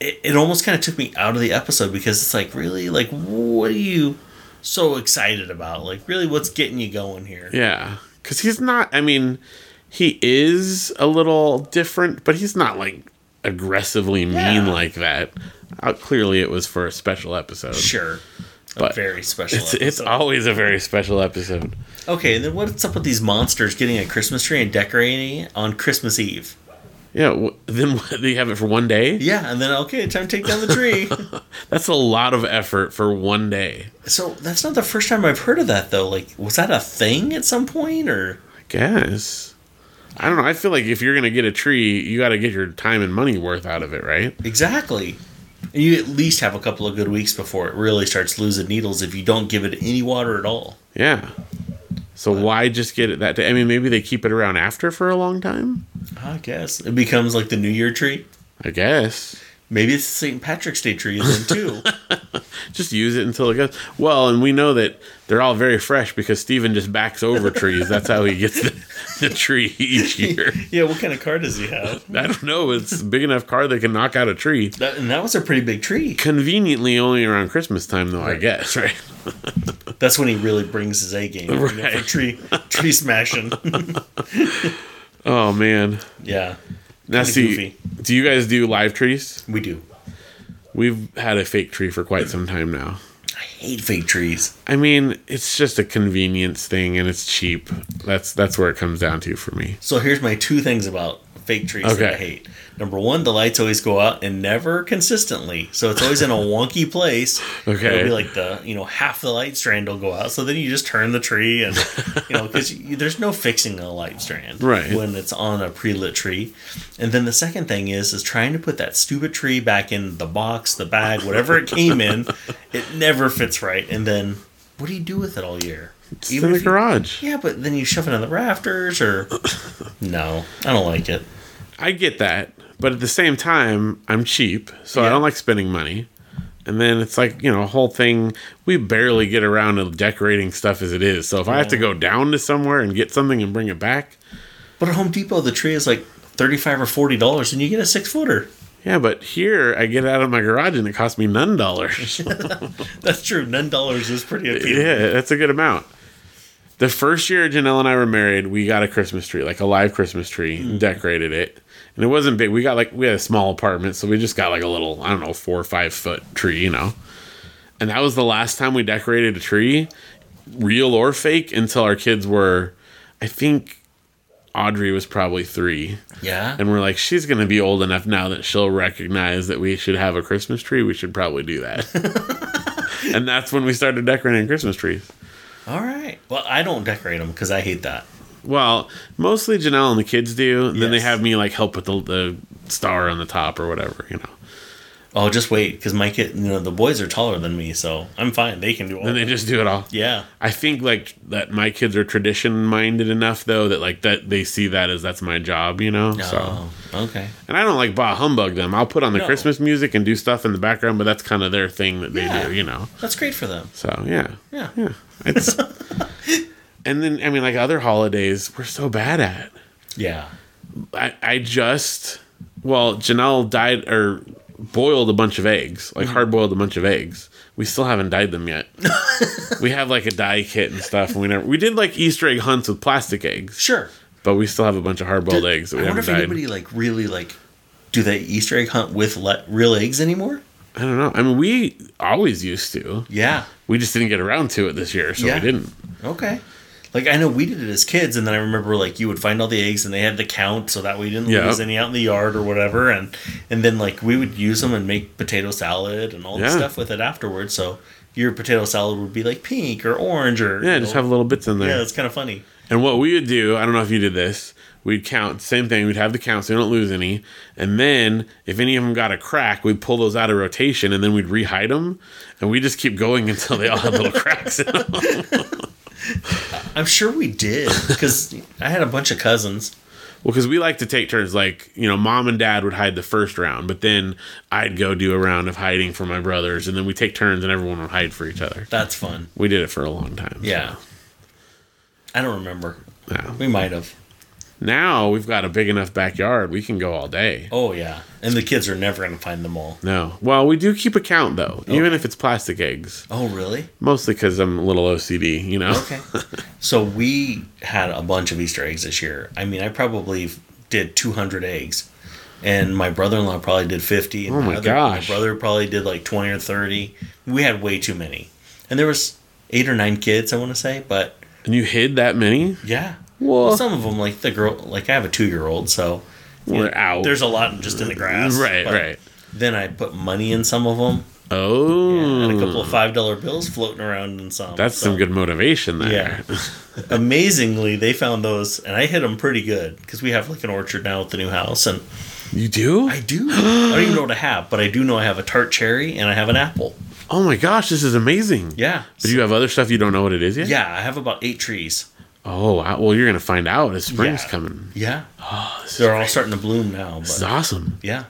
Speaker 3: it, it almost kind of took me out of the episode because it's like, really? Like, what are you so excited about? Like, really, what's getting you going here?
Speaker 2: Yeah. Because he's not, I mean, he is a little different, but he's not like aggressively mean
Speaker 3: Yeah.
Speaker 2: like that. Uh, clearly, it was for a special episode.
Speaker 3: Sure. A
Speaker 2: But
Speaker 3: very special
Speaker 2: It's, it's
Speaker 3: episode.
Speaker 2: always a very special episode.
Speaker 3: Okay, then what's up with these monsters getting a Christmas tree and decorating it on Christmas Eve?
Speaker 2: Yeah. W- then they have it for one day?
Speaker 3: Yeah, and then, okay, time to take down the tree.
Speaker 2: That's a lot of effort for one day,
Speaker 3: so that's not the first time I've heard of that, though. Like, was that a thing at some point, or?
Speaker 2: I guess. I don't know. I feel like if you're going to get a tree, you got to get your time and money worth out of it, right?
Speaker 3: Exactly. And you at least have a couple of good weeks before it really starts losing needles if you don't give it any water at all.
Speaker 2: Yeah. So why just get it that day? I mean, maybe they keep it around after for a long time.
Speaker 3: I guess. It becomes like the New Year tree.
Speaker 2: I guess.
Speaker 3: Maybe it's the St. Patrick's Day tree then too.
Speaker 2: Just use it until it goes. Well, and we know that they're all very fresh because Steven just backs over trees. That's how he gets the, the tree each year.
Speaker 3: yeah, what kind of car does he have?
Speaker 2: I don't know. It's a big enough car that can knock out a tree.
Speaker 3: That, and that was a pretty big tree.
Speaker 2: Conveniently only around Christmas time, though, I guess, right?
Speaker 3: That's when he really brings his A game. you know, for
Speaker 2: Right.
Speaker 3: tree tree smashing.
Speaker 2: Oh, man.
Speaker 3: yeah.
Speaker 2: Now,
Speaker 3: Kinda
Speaker 2: see,
Speaker 3: goofy.
Speaker 2: do you guys do live trees?
Speaker 3: We do.
Speaker 2: We've had a fake tree for quite some time now.
Speaker 3: I hate fake trees.
Speaker 2: I mean, it's just a convenience thing and it's cheap. That's that's where it comes down to for me.
Speaker 3: So here's my two things about fake trees that I
Speaker 2: Okay.
Speaker 3: hate. Number one, the lights always go out and never consistently, so it's always in a wonky place.
Speaker 2: Okay.
Speaker 3: it'll be like the you know half the light strand will go out, so then you just turn the tree and you know because there's no fixing a light strand
Speaker 2: Right.
Speaker 3: when it's on a pre-lit tree. And then the second thing is is trying to put that stupid tree back in the box, the bag, whatever it came in, it never fits right. And then what do you do with it all year?
Speaker 2: It's in the
Speaker 3: if you-
Speaker 2: garage.
Speaker 3: yeah, but then you shove it on the rafters or no, I don't like it.
Speaker 2: I get that, but at the same time, I'm cheap, so I
Speaker 3: Yeah.
Speaker 2: don't like spending money. And then it's like you know, a whole thing. We barely get around to decorating stuff as it is. So if I have to go down to somewhere and get something and bring it back,
Speaker 3: But at Home Depot, the tree is like thirty-five or forty dollars, and you get a six footer.
Speaker 2: yeah. But here, I get it out of my garage and it cost me none dollars.
Speaker 3: That's true. Nine dollars is pretty appealing.
Speaker 2: Yeah, that's a good amount. The first year Janelle and I were married, we got a Christmas tree, like a live Christmas tree, decorated it. And it wasn't big. We got like we had a small apartment, so we just got like a little, I don't know, four or five foot tree, you know. And that was the last time we decorated a tree, real or fake, until our kids were I think Audrey was probably three.
Speaker 3: Yeah.
Speaker 2: And we're like, she's gonna be old enough now that she'll recognize that we should have a Christmas tree. We should probably do that. and that's when we started decorating Christmas trees.
Speaker 3: All right. Well, I don't decorate them because I hate that.
Speaker 2: Well, mostly Janelle and the kids do. Then they
Speaker 3: Yes.
Speaker 2: have me like help with the, the star on the top or whatever, you know.
Speaker 3: Oh, just wait, because my kid, you know, the boys are taller than me, so I'm fine. They can do all.
Speaker 2: Then they
Speaker 3: that.
Speaker 2: just do it all.
Speaker 3: yeah.
Speaker 2: I think like that my kids are tradition minded enough though that like that they see that as that's my job, you know. So
Speaker 3: Oh, okay.
Speaker 2: and I don't like bah humbug them. I'll put on the
Speaker 3: No.
Speaker 2: Christmas music and do stuff in the background, but that's kind of their thing that they
Speaker 3: Yeah.
Speaker 2: do, you know.
Speaker 3: That's great for them.
Speaker 2: So yeah.
Speaker 3: Yeah.
Speaker 2: Yeah. It's And then I mean like other holidays we're so bad at.
Speaker 3: Yeah.
Speaker 2: I, I just well, Janelle died or boiled a bunch of eggs.
Speaker 3: Mm-hmm.
Speaker 2: Like hard boiled a bunch of eggs. We still haven't dyed them yet. we have like a dye kit and stuff and we never we did like Easter egg hunts with plastic eggs.
Speaker 3: Sure.
Speaker 2: But we still have a bunch of hard boiled eggs that
Speaker 3: I
Speaker 2: we
Speaker 3: wonder
Speaker 2: haven't
Speaker 3: if
Speaker 2: dyed.
Speaker 3: anybody like really like do they Easter egg hunt with le- real eggs anymore?
Speaker 2: I don't know. I mean we always used to.
Speaker 3: Yeah.
Speaker 2: We just didn't get around to it this year, so
Speaker 3: Yeah.
Speaker 2: we didn't.
Speaker 3: Okay. Like I know we did it as kids, and then I remember like you would find all the eggs, and they had the count, so that way you didn't
Speaker 2: Yeah.
Speaker 3: lose any out in the yard or whatever, and and then like we would use them and make potato salad and all this
Speaker 2: Yeah.
Speaker 3: stuff with it afterwards. So your potato salad would be like pink or orange or
Speaker 2: Yeah,
Speaker 3: you
Speaker 2: just
Speaker 3: know.
Speaker 2: have little bits in there.
Speaker 3: yeah, it's kind of funny.
Speaker 2: And what we would do, I don't know if you did this, we'd count, same thing, we'd have the count so we don't lose any. And then if any of them got a crack, we'd pull those out of rotation and then we'd rehide them. And we just keep going until they all had little cracks in them.
Speaker 3: I'm sure we did because I had a bunch of cousins.
Speaker 2: Well, because we like to take turns. Like, you know, mom and dad would hide the first round, but then I'd go do a round of hiding for my brothers. And then we take turns and everyone would hide for each other.
Speaker 3: That's fun.
Speaker 2: We did it for a long time.
Speaker 3: Yeah, I don't remember.
Speaker 2: Yeah.
Speaker 3: We might have.
Speaker 2: Now we've got a big enough backyard, we can go all day.
Speaker 3: Oh yeah, and the kids are never gonna find them all.
Speaker 2: No. Well, we do keep a count though, even if it's plastic eggs.
Speaker 3: Oh really?
Speaker 2: Mostly because I'm a little OCD, you know?
Speaker 3: Okay. so we had a bunch of Easter eggs this year. I mean, I probably did 200 eggs, and my brother-in-law probably did 50. And
Speaker 2: Oh my
Speaker 3: other,
Speaker 2: gosh.
Speaker 3: My brother probably did like 20 or 30. We had way too many, and there was eight or nine kids, I want to say, but
Speaker 2: And you hid that many?
Speaker 3: yeah.
Speaker 2: Well,
Speaker 3: Well, some of them, like the girl, like I have a two-year-old, so
Speaker 2: we're out.
Speaker 3: there's a lot just in the grass.
Speaker 2: right,
Speaker 3: but
Speaker 2: right.
Speaker 3: Then I put money in some of them.
Speaker 2: Oh,
Speaker 3: and a couple of five dollar bills floating around in some.
Speaker 2: that's
Speaker 3: so-
Speaker 2: some good motivation there.
Speaker 3: Yeah. Amazingly, they found those, and I hit them pretty good because we have like an orchard now with the new house, and
Speaker 2: You do?
Speaker 3: I do. I don't even know what I have, but I do know I have a tart cherry and I have an apple.
Speaker 2: oh my gosh, this is amazing.
Speaker 3: Yeah.
Speaker 2: But you have other stuff you don't know what it is yet?
Speaker 3: yeah, I have about eight trees.
Speaker 2: Oh, wow. well, you're going to find out as spring's
Speaker 3: Yeah.
Speaker 2: coming.
Speaker 3: Yeah. They're all starting to bloom now,
Speaker 2: This is
Speaker 3: but
Speaker 2: awesome.
Speaker 3: yeah.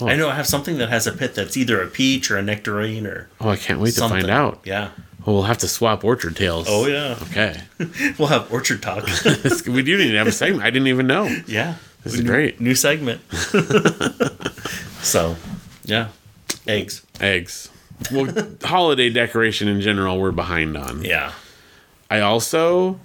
Speaker 2: Oh.
Speaker 3: I know I have something that has a pit that's either a peach or a nectarine or
Speaker 2: Oh, I can't wait
Speaker 3: something.
Speaker 2: to find out.
Speaker 3: Yeah.
Speaker 2: Well, we'll have to swap orchard tales.
Speaker 3: Oh, yeah.
Speaker 2: Okay.
Speaker 3: We'll have orchard talk.
Speaker 2: This- we do need to have a segment. I didn't even know.
Speaker 3: yeah.
Speaker 2: This is great.
Speaker 3: New segment. so, yeah. Eggs.
Speaker 2: Eggs. Well, holiday decoration in general, we're behind on.
Speaker 3: Yeah.
Speaker 2: I also,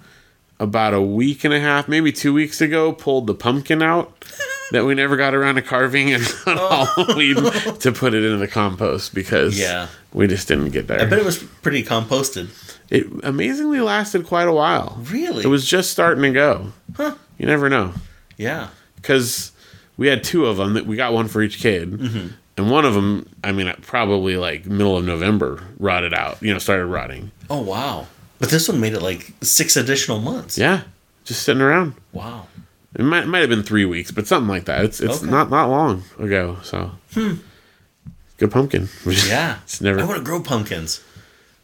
Speaker 2: about a week and a half, maybe two weeks ago, pulled the pumpkin out that we never got around to carving and on Halloween to put it into the compost because
Speaker 3: Yeah.
Speaker 2: we just didn't get there.
Speaker 3: I bet it was pretty composted.
Speaker 2: it amazingly lasted quite a while.
Speaker 3: Really?
Speaker 2: It was just starting to go.
Speaker 3: Huh.
Speaker 2: You never know.
Speaker 3: Yeah.
Speaker 2: Because we had two of them that we got one for each kid.
Speaker 3: Mm-hmm.
Speaker 2: And one of them, I mean, probably like middle of November, rotted out. You know, started rotting.
Speaker 3: Oh wow! But this one made it like six additional months.
Speaker 2: Yeah, just sitting around.
Speaker 3: Wow.
Speaker 2: It might might have been three weeks, but something like that. It's it's
Speaker 3: Okay. Hmm.
Speaker 2: not not long ago. So good pumpkin.
Speaker 3: Yeah.
Speaker 2: it's never
Speaker 3: I want to grow pumpkins.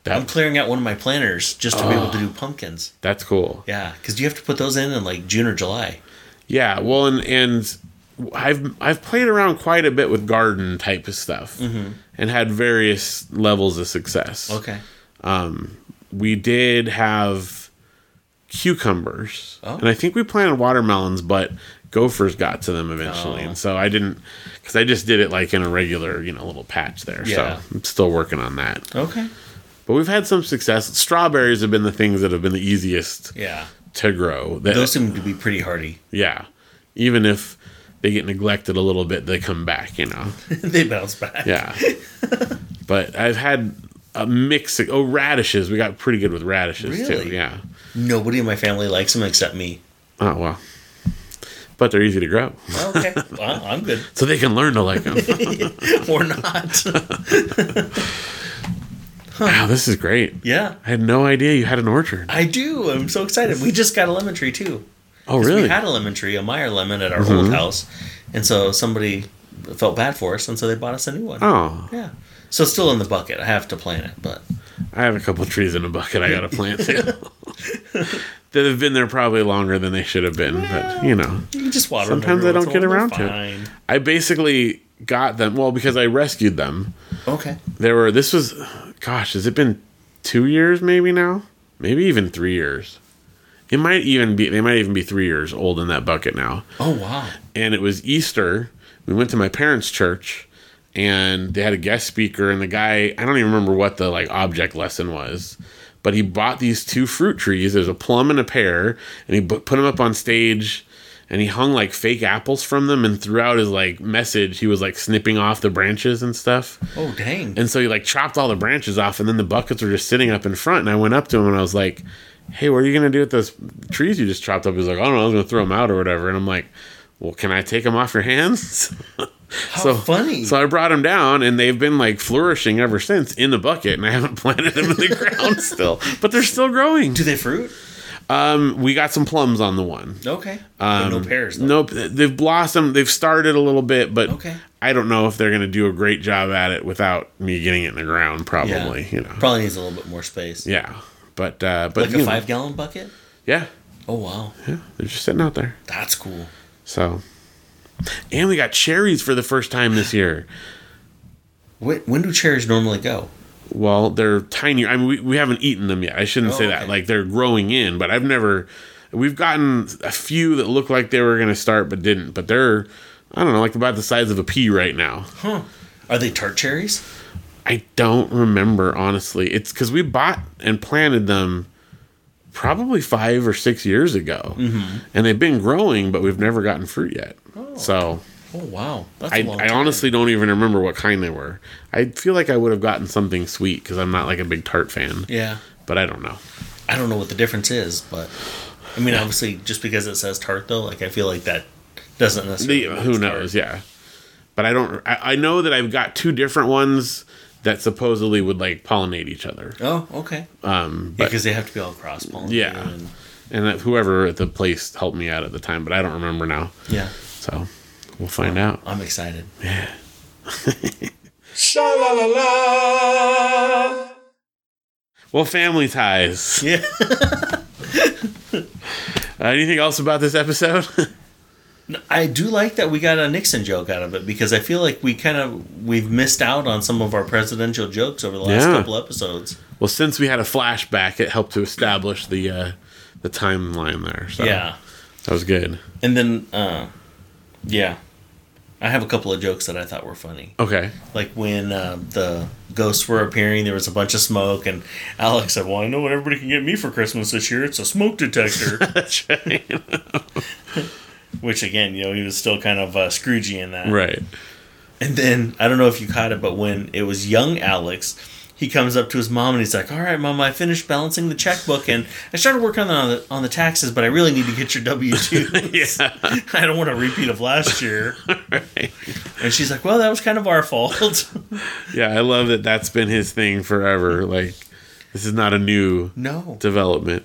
Speaker 2: That- Ah.
Speaker 3: I'm clearing out one of my planters just to be able to do pumpkins.
Speaker 2: that's cool.
Speaker 3: Yeah, because you have to put those in in like June or July.
Speaker 2: Yeah, well, and and I've I've played around quite a bit with garden type of stuff and had various levels of success.
Speaker 3: Mm-hmm. Okay.
Speaker 2: We did have cucumbers,
Speaker 3: Oh.
Speaker 2: and I think we planted watermelons, but gophers got to them eventually,
Speaker 3: Oh.
Speaker 2: and so I didn't because I just did it like in a regular you know little patch there.
Speaker 3: Yeah.
Speaker 2: So I'm still working on that.
Speaker 3: Okay.
Speaker 2: But we've had some success. Strawberries have been the things that have been the easiest
Speaker 3: Yeah.
Speaker 2: to grow. That,
Speaker 3: Those seem to be pretty hardy.
Speaker 2: yeah. Even if they get neglected a little bit, they come back, you know?
Speaker 3: they bounce back.
Speaker 2: Yeah. but I've had a mix. Of, oh, radishes. We got pretty good with radishes, too.
Speaker 3: Really?
Speaker 2: Yeah.
Speaker 3: Nobody in my family likes them except me.
Speaker 2: Oh, well. But they're easy to grow.
Speaker 3: Okay. well, I'm good.
Speaker 2: So they can learn to like them.
Speaker 3: or not.
Speaker 2: wow, this is great.
Speaker 3: yeah.
Speaker 2: I had no idea you had an orchard.
Speaker 3: I do. I'm so excited. We just got a lemon tree too.
Speaker 2: Oh,
Speaker 3: 'Cause
Speaker 2: really? Mm-hmm.
Speaker 3: We had a lemon tree, a Meyer lemon, at our old house, and so somebody felt bad for us, and so they bought us a new one.
Speaker 2: oh,
Speaker 3: Yeah. So it's still in the bucket. I have to plant it, but
Speaker 2: I have a couple trees in a bucket I got to plant too. that have been there probably longer than they should have been, but you know.
Speaker 3: you can just water
Speaker 2: Sometimes I
Speaker 3: them. every
Speaker 2: don't get around
Speaker 3: once
Speaker 2: to
Speaker 3: in a
Speaker 2: it.
Speaker 3: while, they're
Speaker 2: I basically got them. Well, because I rescued them.
Speaker 3: fine. Okay.
Speaker 2: There were. This was. Gosh, has it been two years? Maybe now. Maybe even three years. It might even be. They might even be three years old in that bucket now.
Speaker 3: Oh wow.
Speaker 2: And it was Easter. We went to my parents' church, and they had a guest speaker. And the guy, I don't even remember what the like object lesson was, but he bought these two fruit trees. There's a plum and a pear, and he bu- put them up on stage. And he hung like fake apples from them, and throughout his like message, he was like snipping off the branches and stuff.
Speaker 3: Oh dang.
Speaker 2: And so he like chopped all the branches off, and then the buckets were just sitting up in front. And I went up to him and I was like, "Hey, what are you gonna do with those trees you just chopped up?" He's like, "I don't know. I was gonna throw them out or whatever." And I'm like, "Well, can I take them off your hands?"
Speaker 3: How funny.
Speaker 2: So I brought them down, and they've been like flourishing ever since in the bucket, and I haven't planted them in the ground still, but they're still growing.
Speaker 3: Do they fruit?
Speaker 2: Um, we got some plums on the one.
Speaker 3: Okay. But
Speaker 2: Um,
Speaker 3: no pears. Though.
Speaker 2: Nope, they've blossomed. They've started a little bit, but
Speaker 3: Okay.
Speaker 2: I don't know if they're going to do a great job at it without me getting it in the ground.
Speaker 3: Yeah.
Speaker 2: Probably, you know.
Speaker 3: Probably needs a little bit more space.
Speaker 2: Yeah, but uh, but
Speaker 3: Like
Speaker 2: you
Speaker 3: a
Speaker 2: know,
Speaker 3: five gallon bucket.
Speaker 2: yeah,
Speaker 3: Oh wow.
Speaker 2: yeah, they're just sitting out there.
Speaker 3: That's cool.
Speaker 2: So, and we got cherries for the first time this year.
Speaker 3: When, when do cherries normally go?
Speaker 2: Well, they're tiny. I mean, we, we haven't eaten them yet. I shouldn't
Speaker 3: Oh,
Speaker 2: say that.
Speaker 3: okay.
Speaker 2: Like they're growing in, but I've never. We've gotten a few that looked like they were going to start but didn't. But they're, I don't know, like about the size of a pea right now.
Speaker 3: Huh? Are they tart cherries?
Speaker 2: I don't remember honestly. It's because we bought and planted them probably five or six years ago, and they've been growing, but we've never gotten fruit yet. So
Speaker 3: Mm-hmm. Oh wow. That's
Speaker 2: I,
Speaker 3: a long
Speaker 2: I
Speaker 3: time.
Speaker 2: honestly don't even remember what kind they were. I feel like I would have gotten something sweet because I'm not like a big tart fan,
Speaker 3: Yeah.
Speaker 2: but I don't know.
Speaker 3: I don't know what the difference is, but I mean, obviously, just because it says tart, though, like I feel like that doesn't necessarily.
Speaker 2: The-
Speaker 3: mean
Speaker 2: who
Speaker 3: it's tart.
Speaker 2: knows? Yeah, but I don't. I, I know that I've got two different ones that supposedly would like pollinate each other.
Speaker 3: Oh, okay.
Speaker 2: Um, but
Speaker 3: Because they have to be all cross pollinated.
Speaker 2: Yeah.
Speaker 3: and,
Speaker 2: and that whoever at the place helped me out at the time, but I don't remember now.
Speaker 3: yeah.
Speaker 2: So we'll find out.
Speaker 3: I'm excited.
Speaker 1: Sha la la la.
Speaker 2: Well, family ties.
Speaker 3: Yeah.
Speaker 2: Uh, anything else about this episode?
Speaker 3: I do like that we got a Nixon joke out of it because I feel like we kind of we've missed out on some of our presidential jokes over the last
Speaker 2: Yeah.
Speaker 3: couple episodes.
Speaker 2: well, since we had a flashback, it helped to establish the uh, the timeline there. So
Speaker 3: Yeah.
Speaker 2: that was good.
Speaker 3: And then, uh, yeah, I have a couple of jokes that I thought were funny.
Speaker 2: Okay.
Speaker 3: like when uh, the ghosts were appearing, there was a bunch of smoke, and Alex said, "Well, I know what everybody can get me for Christmas this year. It's a smoke detector."
Speaker 2: That's right.
Speaker 3: Which again, you know, he was still kind of uh, Scroogey in that.
Speaker 2: right.
Speaker 3: And then I don't know if you caught it, but when it was young Alex, he comes up to his mom and he's like, "All right, mom, I finished balancing the checkbook and I started working on the on the taxes, but I really need to get your W two.
Speaker 2: Yeah.
Speaker 3: I don't want a repeat of last year."
Speaker 2: right.
Speaker 3: And she's like, "Well, that was kind of our fault."
Speaker 2: Yeah, I love that that's been his thing forever. Like, this is not a new
Speaker 3: no.
Speaker 2: development.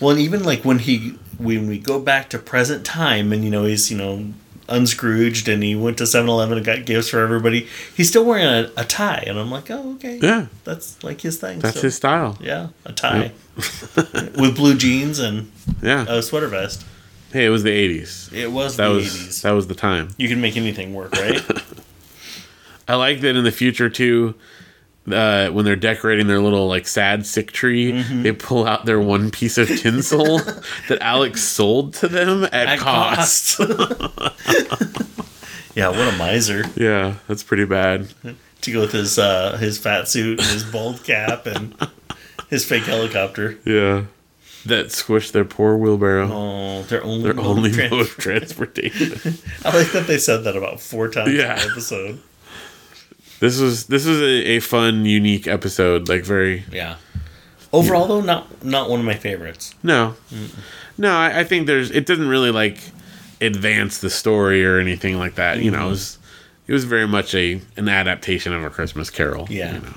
Speaker 3: Well, and even like when he when we go back to present time, and you know he's you know unscrooged, and he went to 7-Eleven and got gifts for everybody. He's still wearing a, a tie, and I'm like, oh okay,
Speaker 2: Yeah.
Speaker 3: that's like his thing.
Speaker 2: That's
Speaker 3: so-
Speaker 2: his style.
Speaker 3: yeah, a tie with blue jeans and
Speaker 2: Yeah.
Speaker 3: a sweater vest.
Speaker 2: hey, it was the 80s.
Speaker 3: It was
Speaker 2: That
Speaker 3: the
Speaker 2: was
Speaker 3: 80s.
Speaker 2: that was the time.
Speaker 3: you can make anything work, right?
Speaker 2: I like that in the future too. Uh, when they're decorating their little like sad sick tree, they pull out their one piece of tinsel that Alex sold to them at,
Speaker 3: At
Speaker 2: cost.
Speaker 3: yeah, what a miser
Speaker 2: Yeah, that's pretty bad.
Speaker 3: to go with his uh, his fat suit and his bald cap and his fake helicopter.
Speaker 2: Yeah, that squished their poor wheelbarrow.
Speaker 3: Oh, they're only
Speaker 2: Their
Speaker 3: mode of
Speaker 2: only
Speaker 3: transport.
Speaker 2: mode of transportation.
Speaker 3: I like that they said that about four times
Speaker 2: Yeah.
Speaker 3: in the episode.
Speaker 2: this was this was a, a fun, unique episode. Like very
Speaker 3: Yeah. Overall, though, not not one of my favorites.
Speaker 2: no, no. I, I think there's it doesn't really like advance the story or anything like that. You
Speaker 3: Mm-hmm.
Speaker 2: know, it was, it was very much a an adaptation of a Christmas Carol.
Speaker 3: Yeah.
Speaker 2: you know,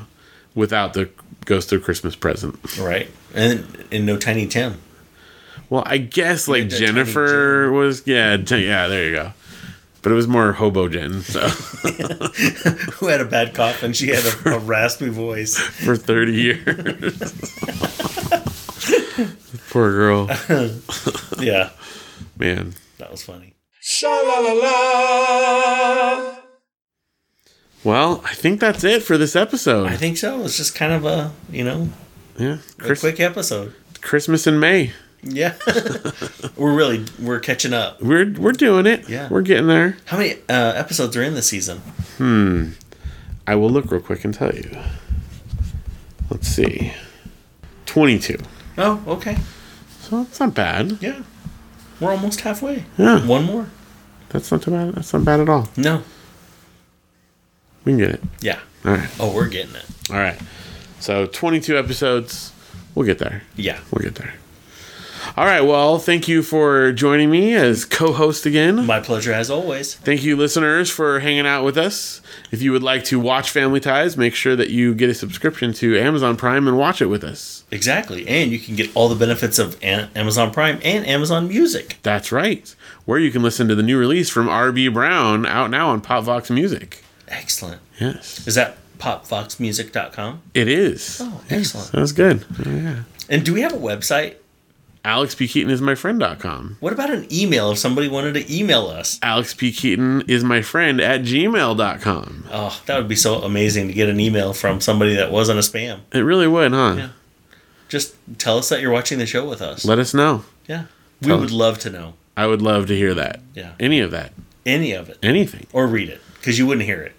Speaker 2: without the Ghost of Christmas Present.
Speaker 3: Right. And and no Tiny Tim.
Speaker 2: Well, I guess like
Speaker 3: did Tiny
Speaker 2: Jennifer was yeah t- yeah there you go, but it was more hobo Jen. So
Speaker 3: Who had a bad cough and she had a, a raspy voice.
Speaker 2: for thirty years. Poor girl,
Speaker 3: Yeah.
Speaker 2: man.
Speaker 3: That was funny.
Speaker 1: sha la la la.
Speaker 2: Well, I think that's it for this episode.
Speaker 3: I think so. It's just kind of a, you know,
Speaker 2: yeah,
Speaker 3: a
Speaker 2: Chris-
Speaker 3: quick episode.
Speaker 2: Christmas in May.
Speaker 3: Yeah. we're really, we're catching up.
Speaker 2: We're we're doing it.
Speaker 3: Yeah.
Speaker 2: we're getting there.
Speaker 3: How many uh, episodes are in this season?
Speaker 2: I will look real quick and tell you. Let's see, twenty-two.
Speaker 3: Oh, okay.
Speaker 2: So that's not bad.
Speaker 3: Yeah. We're almost halfway.
Speaker 2: Yeah.
Speaker 3: One more.
Speaker 2: That's not too bad. That's not bad at all.
Speaker 3: No.
Speaker 2: We can get it.
Speaker 3: Yeah.
Speaker 2: All right.
Speaker 3: Oh, we're getting it.
Speaker 2: All right. So 22 episodes. We'll get there.
Speaker 3: Yeah.
Speaker 2: We'll get there. All right. Well, thank you for joining me as co host again.
Speaker 3: My pleasure as always.
Speaker 2: Thank you, listeners, for hanging out with us. If you would like to watch Family Ties, make sure that you get a subscription to Amazon Prime and watch it with us.
Speaker 3: Exactly. And you can get all the benefits of An- Amazon Prime and Amazon Music.
Speaker 2: That's right. Where you can listen to the new release from R.B. Brown out now on Popvox Music.
Speaker 3: Excellent.
Speaker 2: Yes.
Speaker 3: Is that popfoxmusic.com?
Speaker 2: It is.
Speaker 3: Oh, excellent. Oh,
Speaker 2: Sounds good. Yeah.
Speaker 3: And do we have a website?
Speaker 2: AlexPKeatonIsMyFriend.com.
Speaker 3: What about an email if somebody wanted to email us?
Speaker 2: Alex P. Keaton is my friend at gmail.com.
Speaker 3: Oh, that would be so amazing to get an email from somebody that wasn't a spam.
Speaker 2: It really would, huh?
Speaker 3: Yeah. Just tell us that you're watching the show with us.
Speaker 2: Let us know.
Speaker 3: yeah. We
Speaker 2: Tell
Speaker 3: would
Speaker 2: us.
Speaker 3: love to know
Speaker 2: I would love to hear that.
Speaker 3: Yeah.
Speaker 2: Any of that.
Speaker 3: any of it
Speaker 2: Anything.
Speaker 3: or read it because you wouldn't hear it.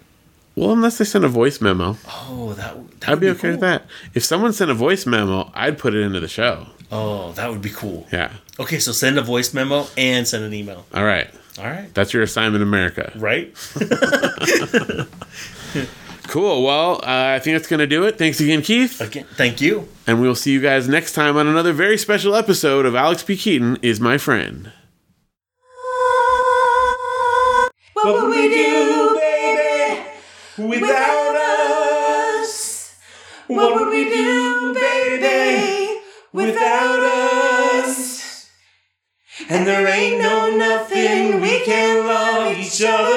Speaker 2: Well, unless they send a voice memo,
Speaker 3: Oh, that, w- that
Speaker 2: I'd
Speaker 3: would
Speaker 2: be okay
Speaker 3: cool.
Speaker 2: with that. If someone sent a voice memo, I'd put it into the show.
Speaker 3: Oh, that would be cool.
Speaker 2: Yeah.
Speaker 3: Okay, so send a voice memo and send an email.
Speaker 2: All right.
Speaker 3: All right.
Speaker 2: That's your assignment, America.
Speaker 3: Right?
Speaker 2: Cool. Well, uh, I think that's going to do it. Thanks again, Keith.
Speaker 3: Again, thank you.
Speaker 2: And we will see you guys next time on another very special episode of Alex P. Keaton is my friend.
Speaker 1: What would we do, baby, without us? What would we do, baby, without us? And there ain't no nothing we can love each other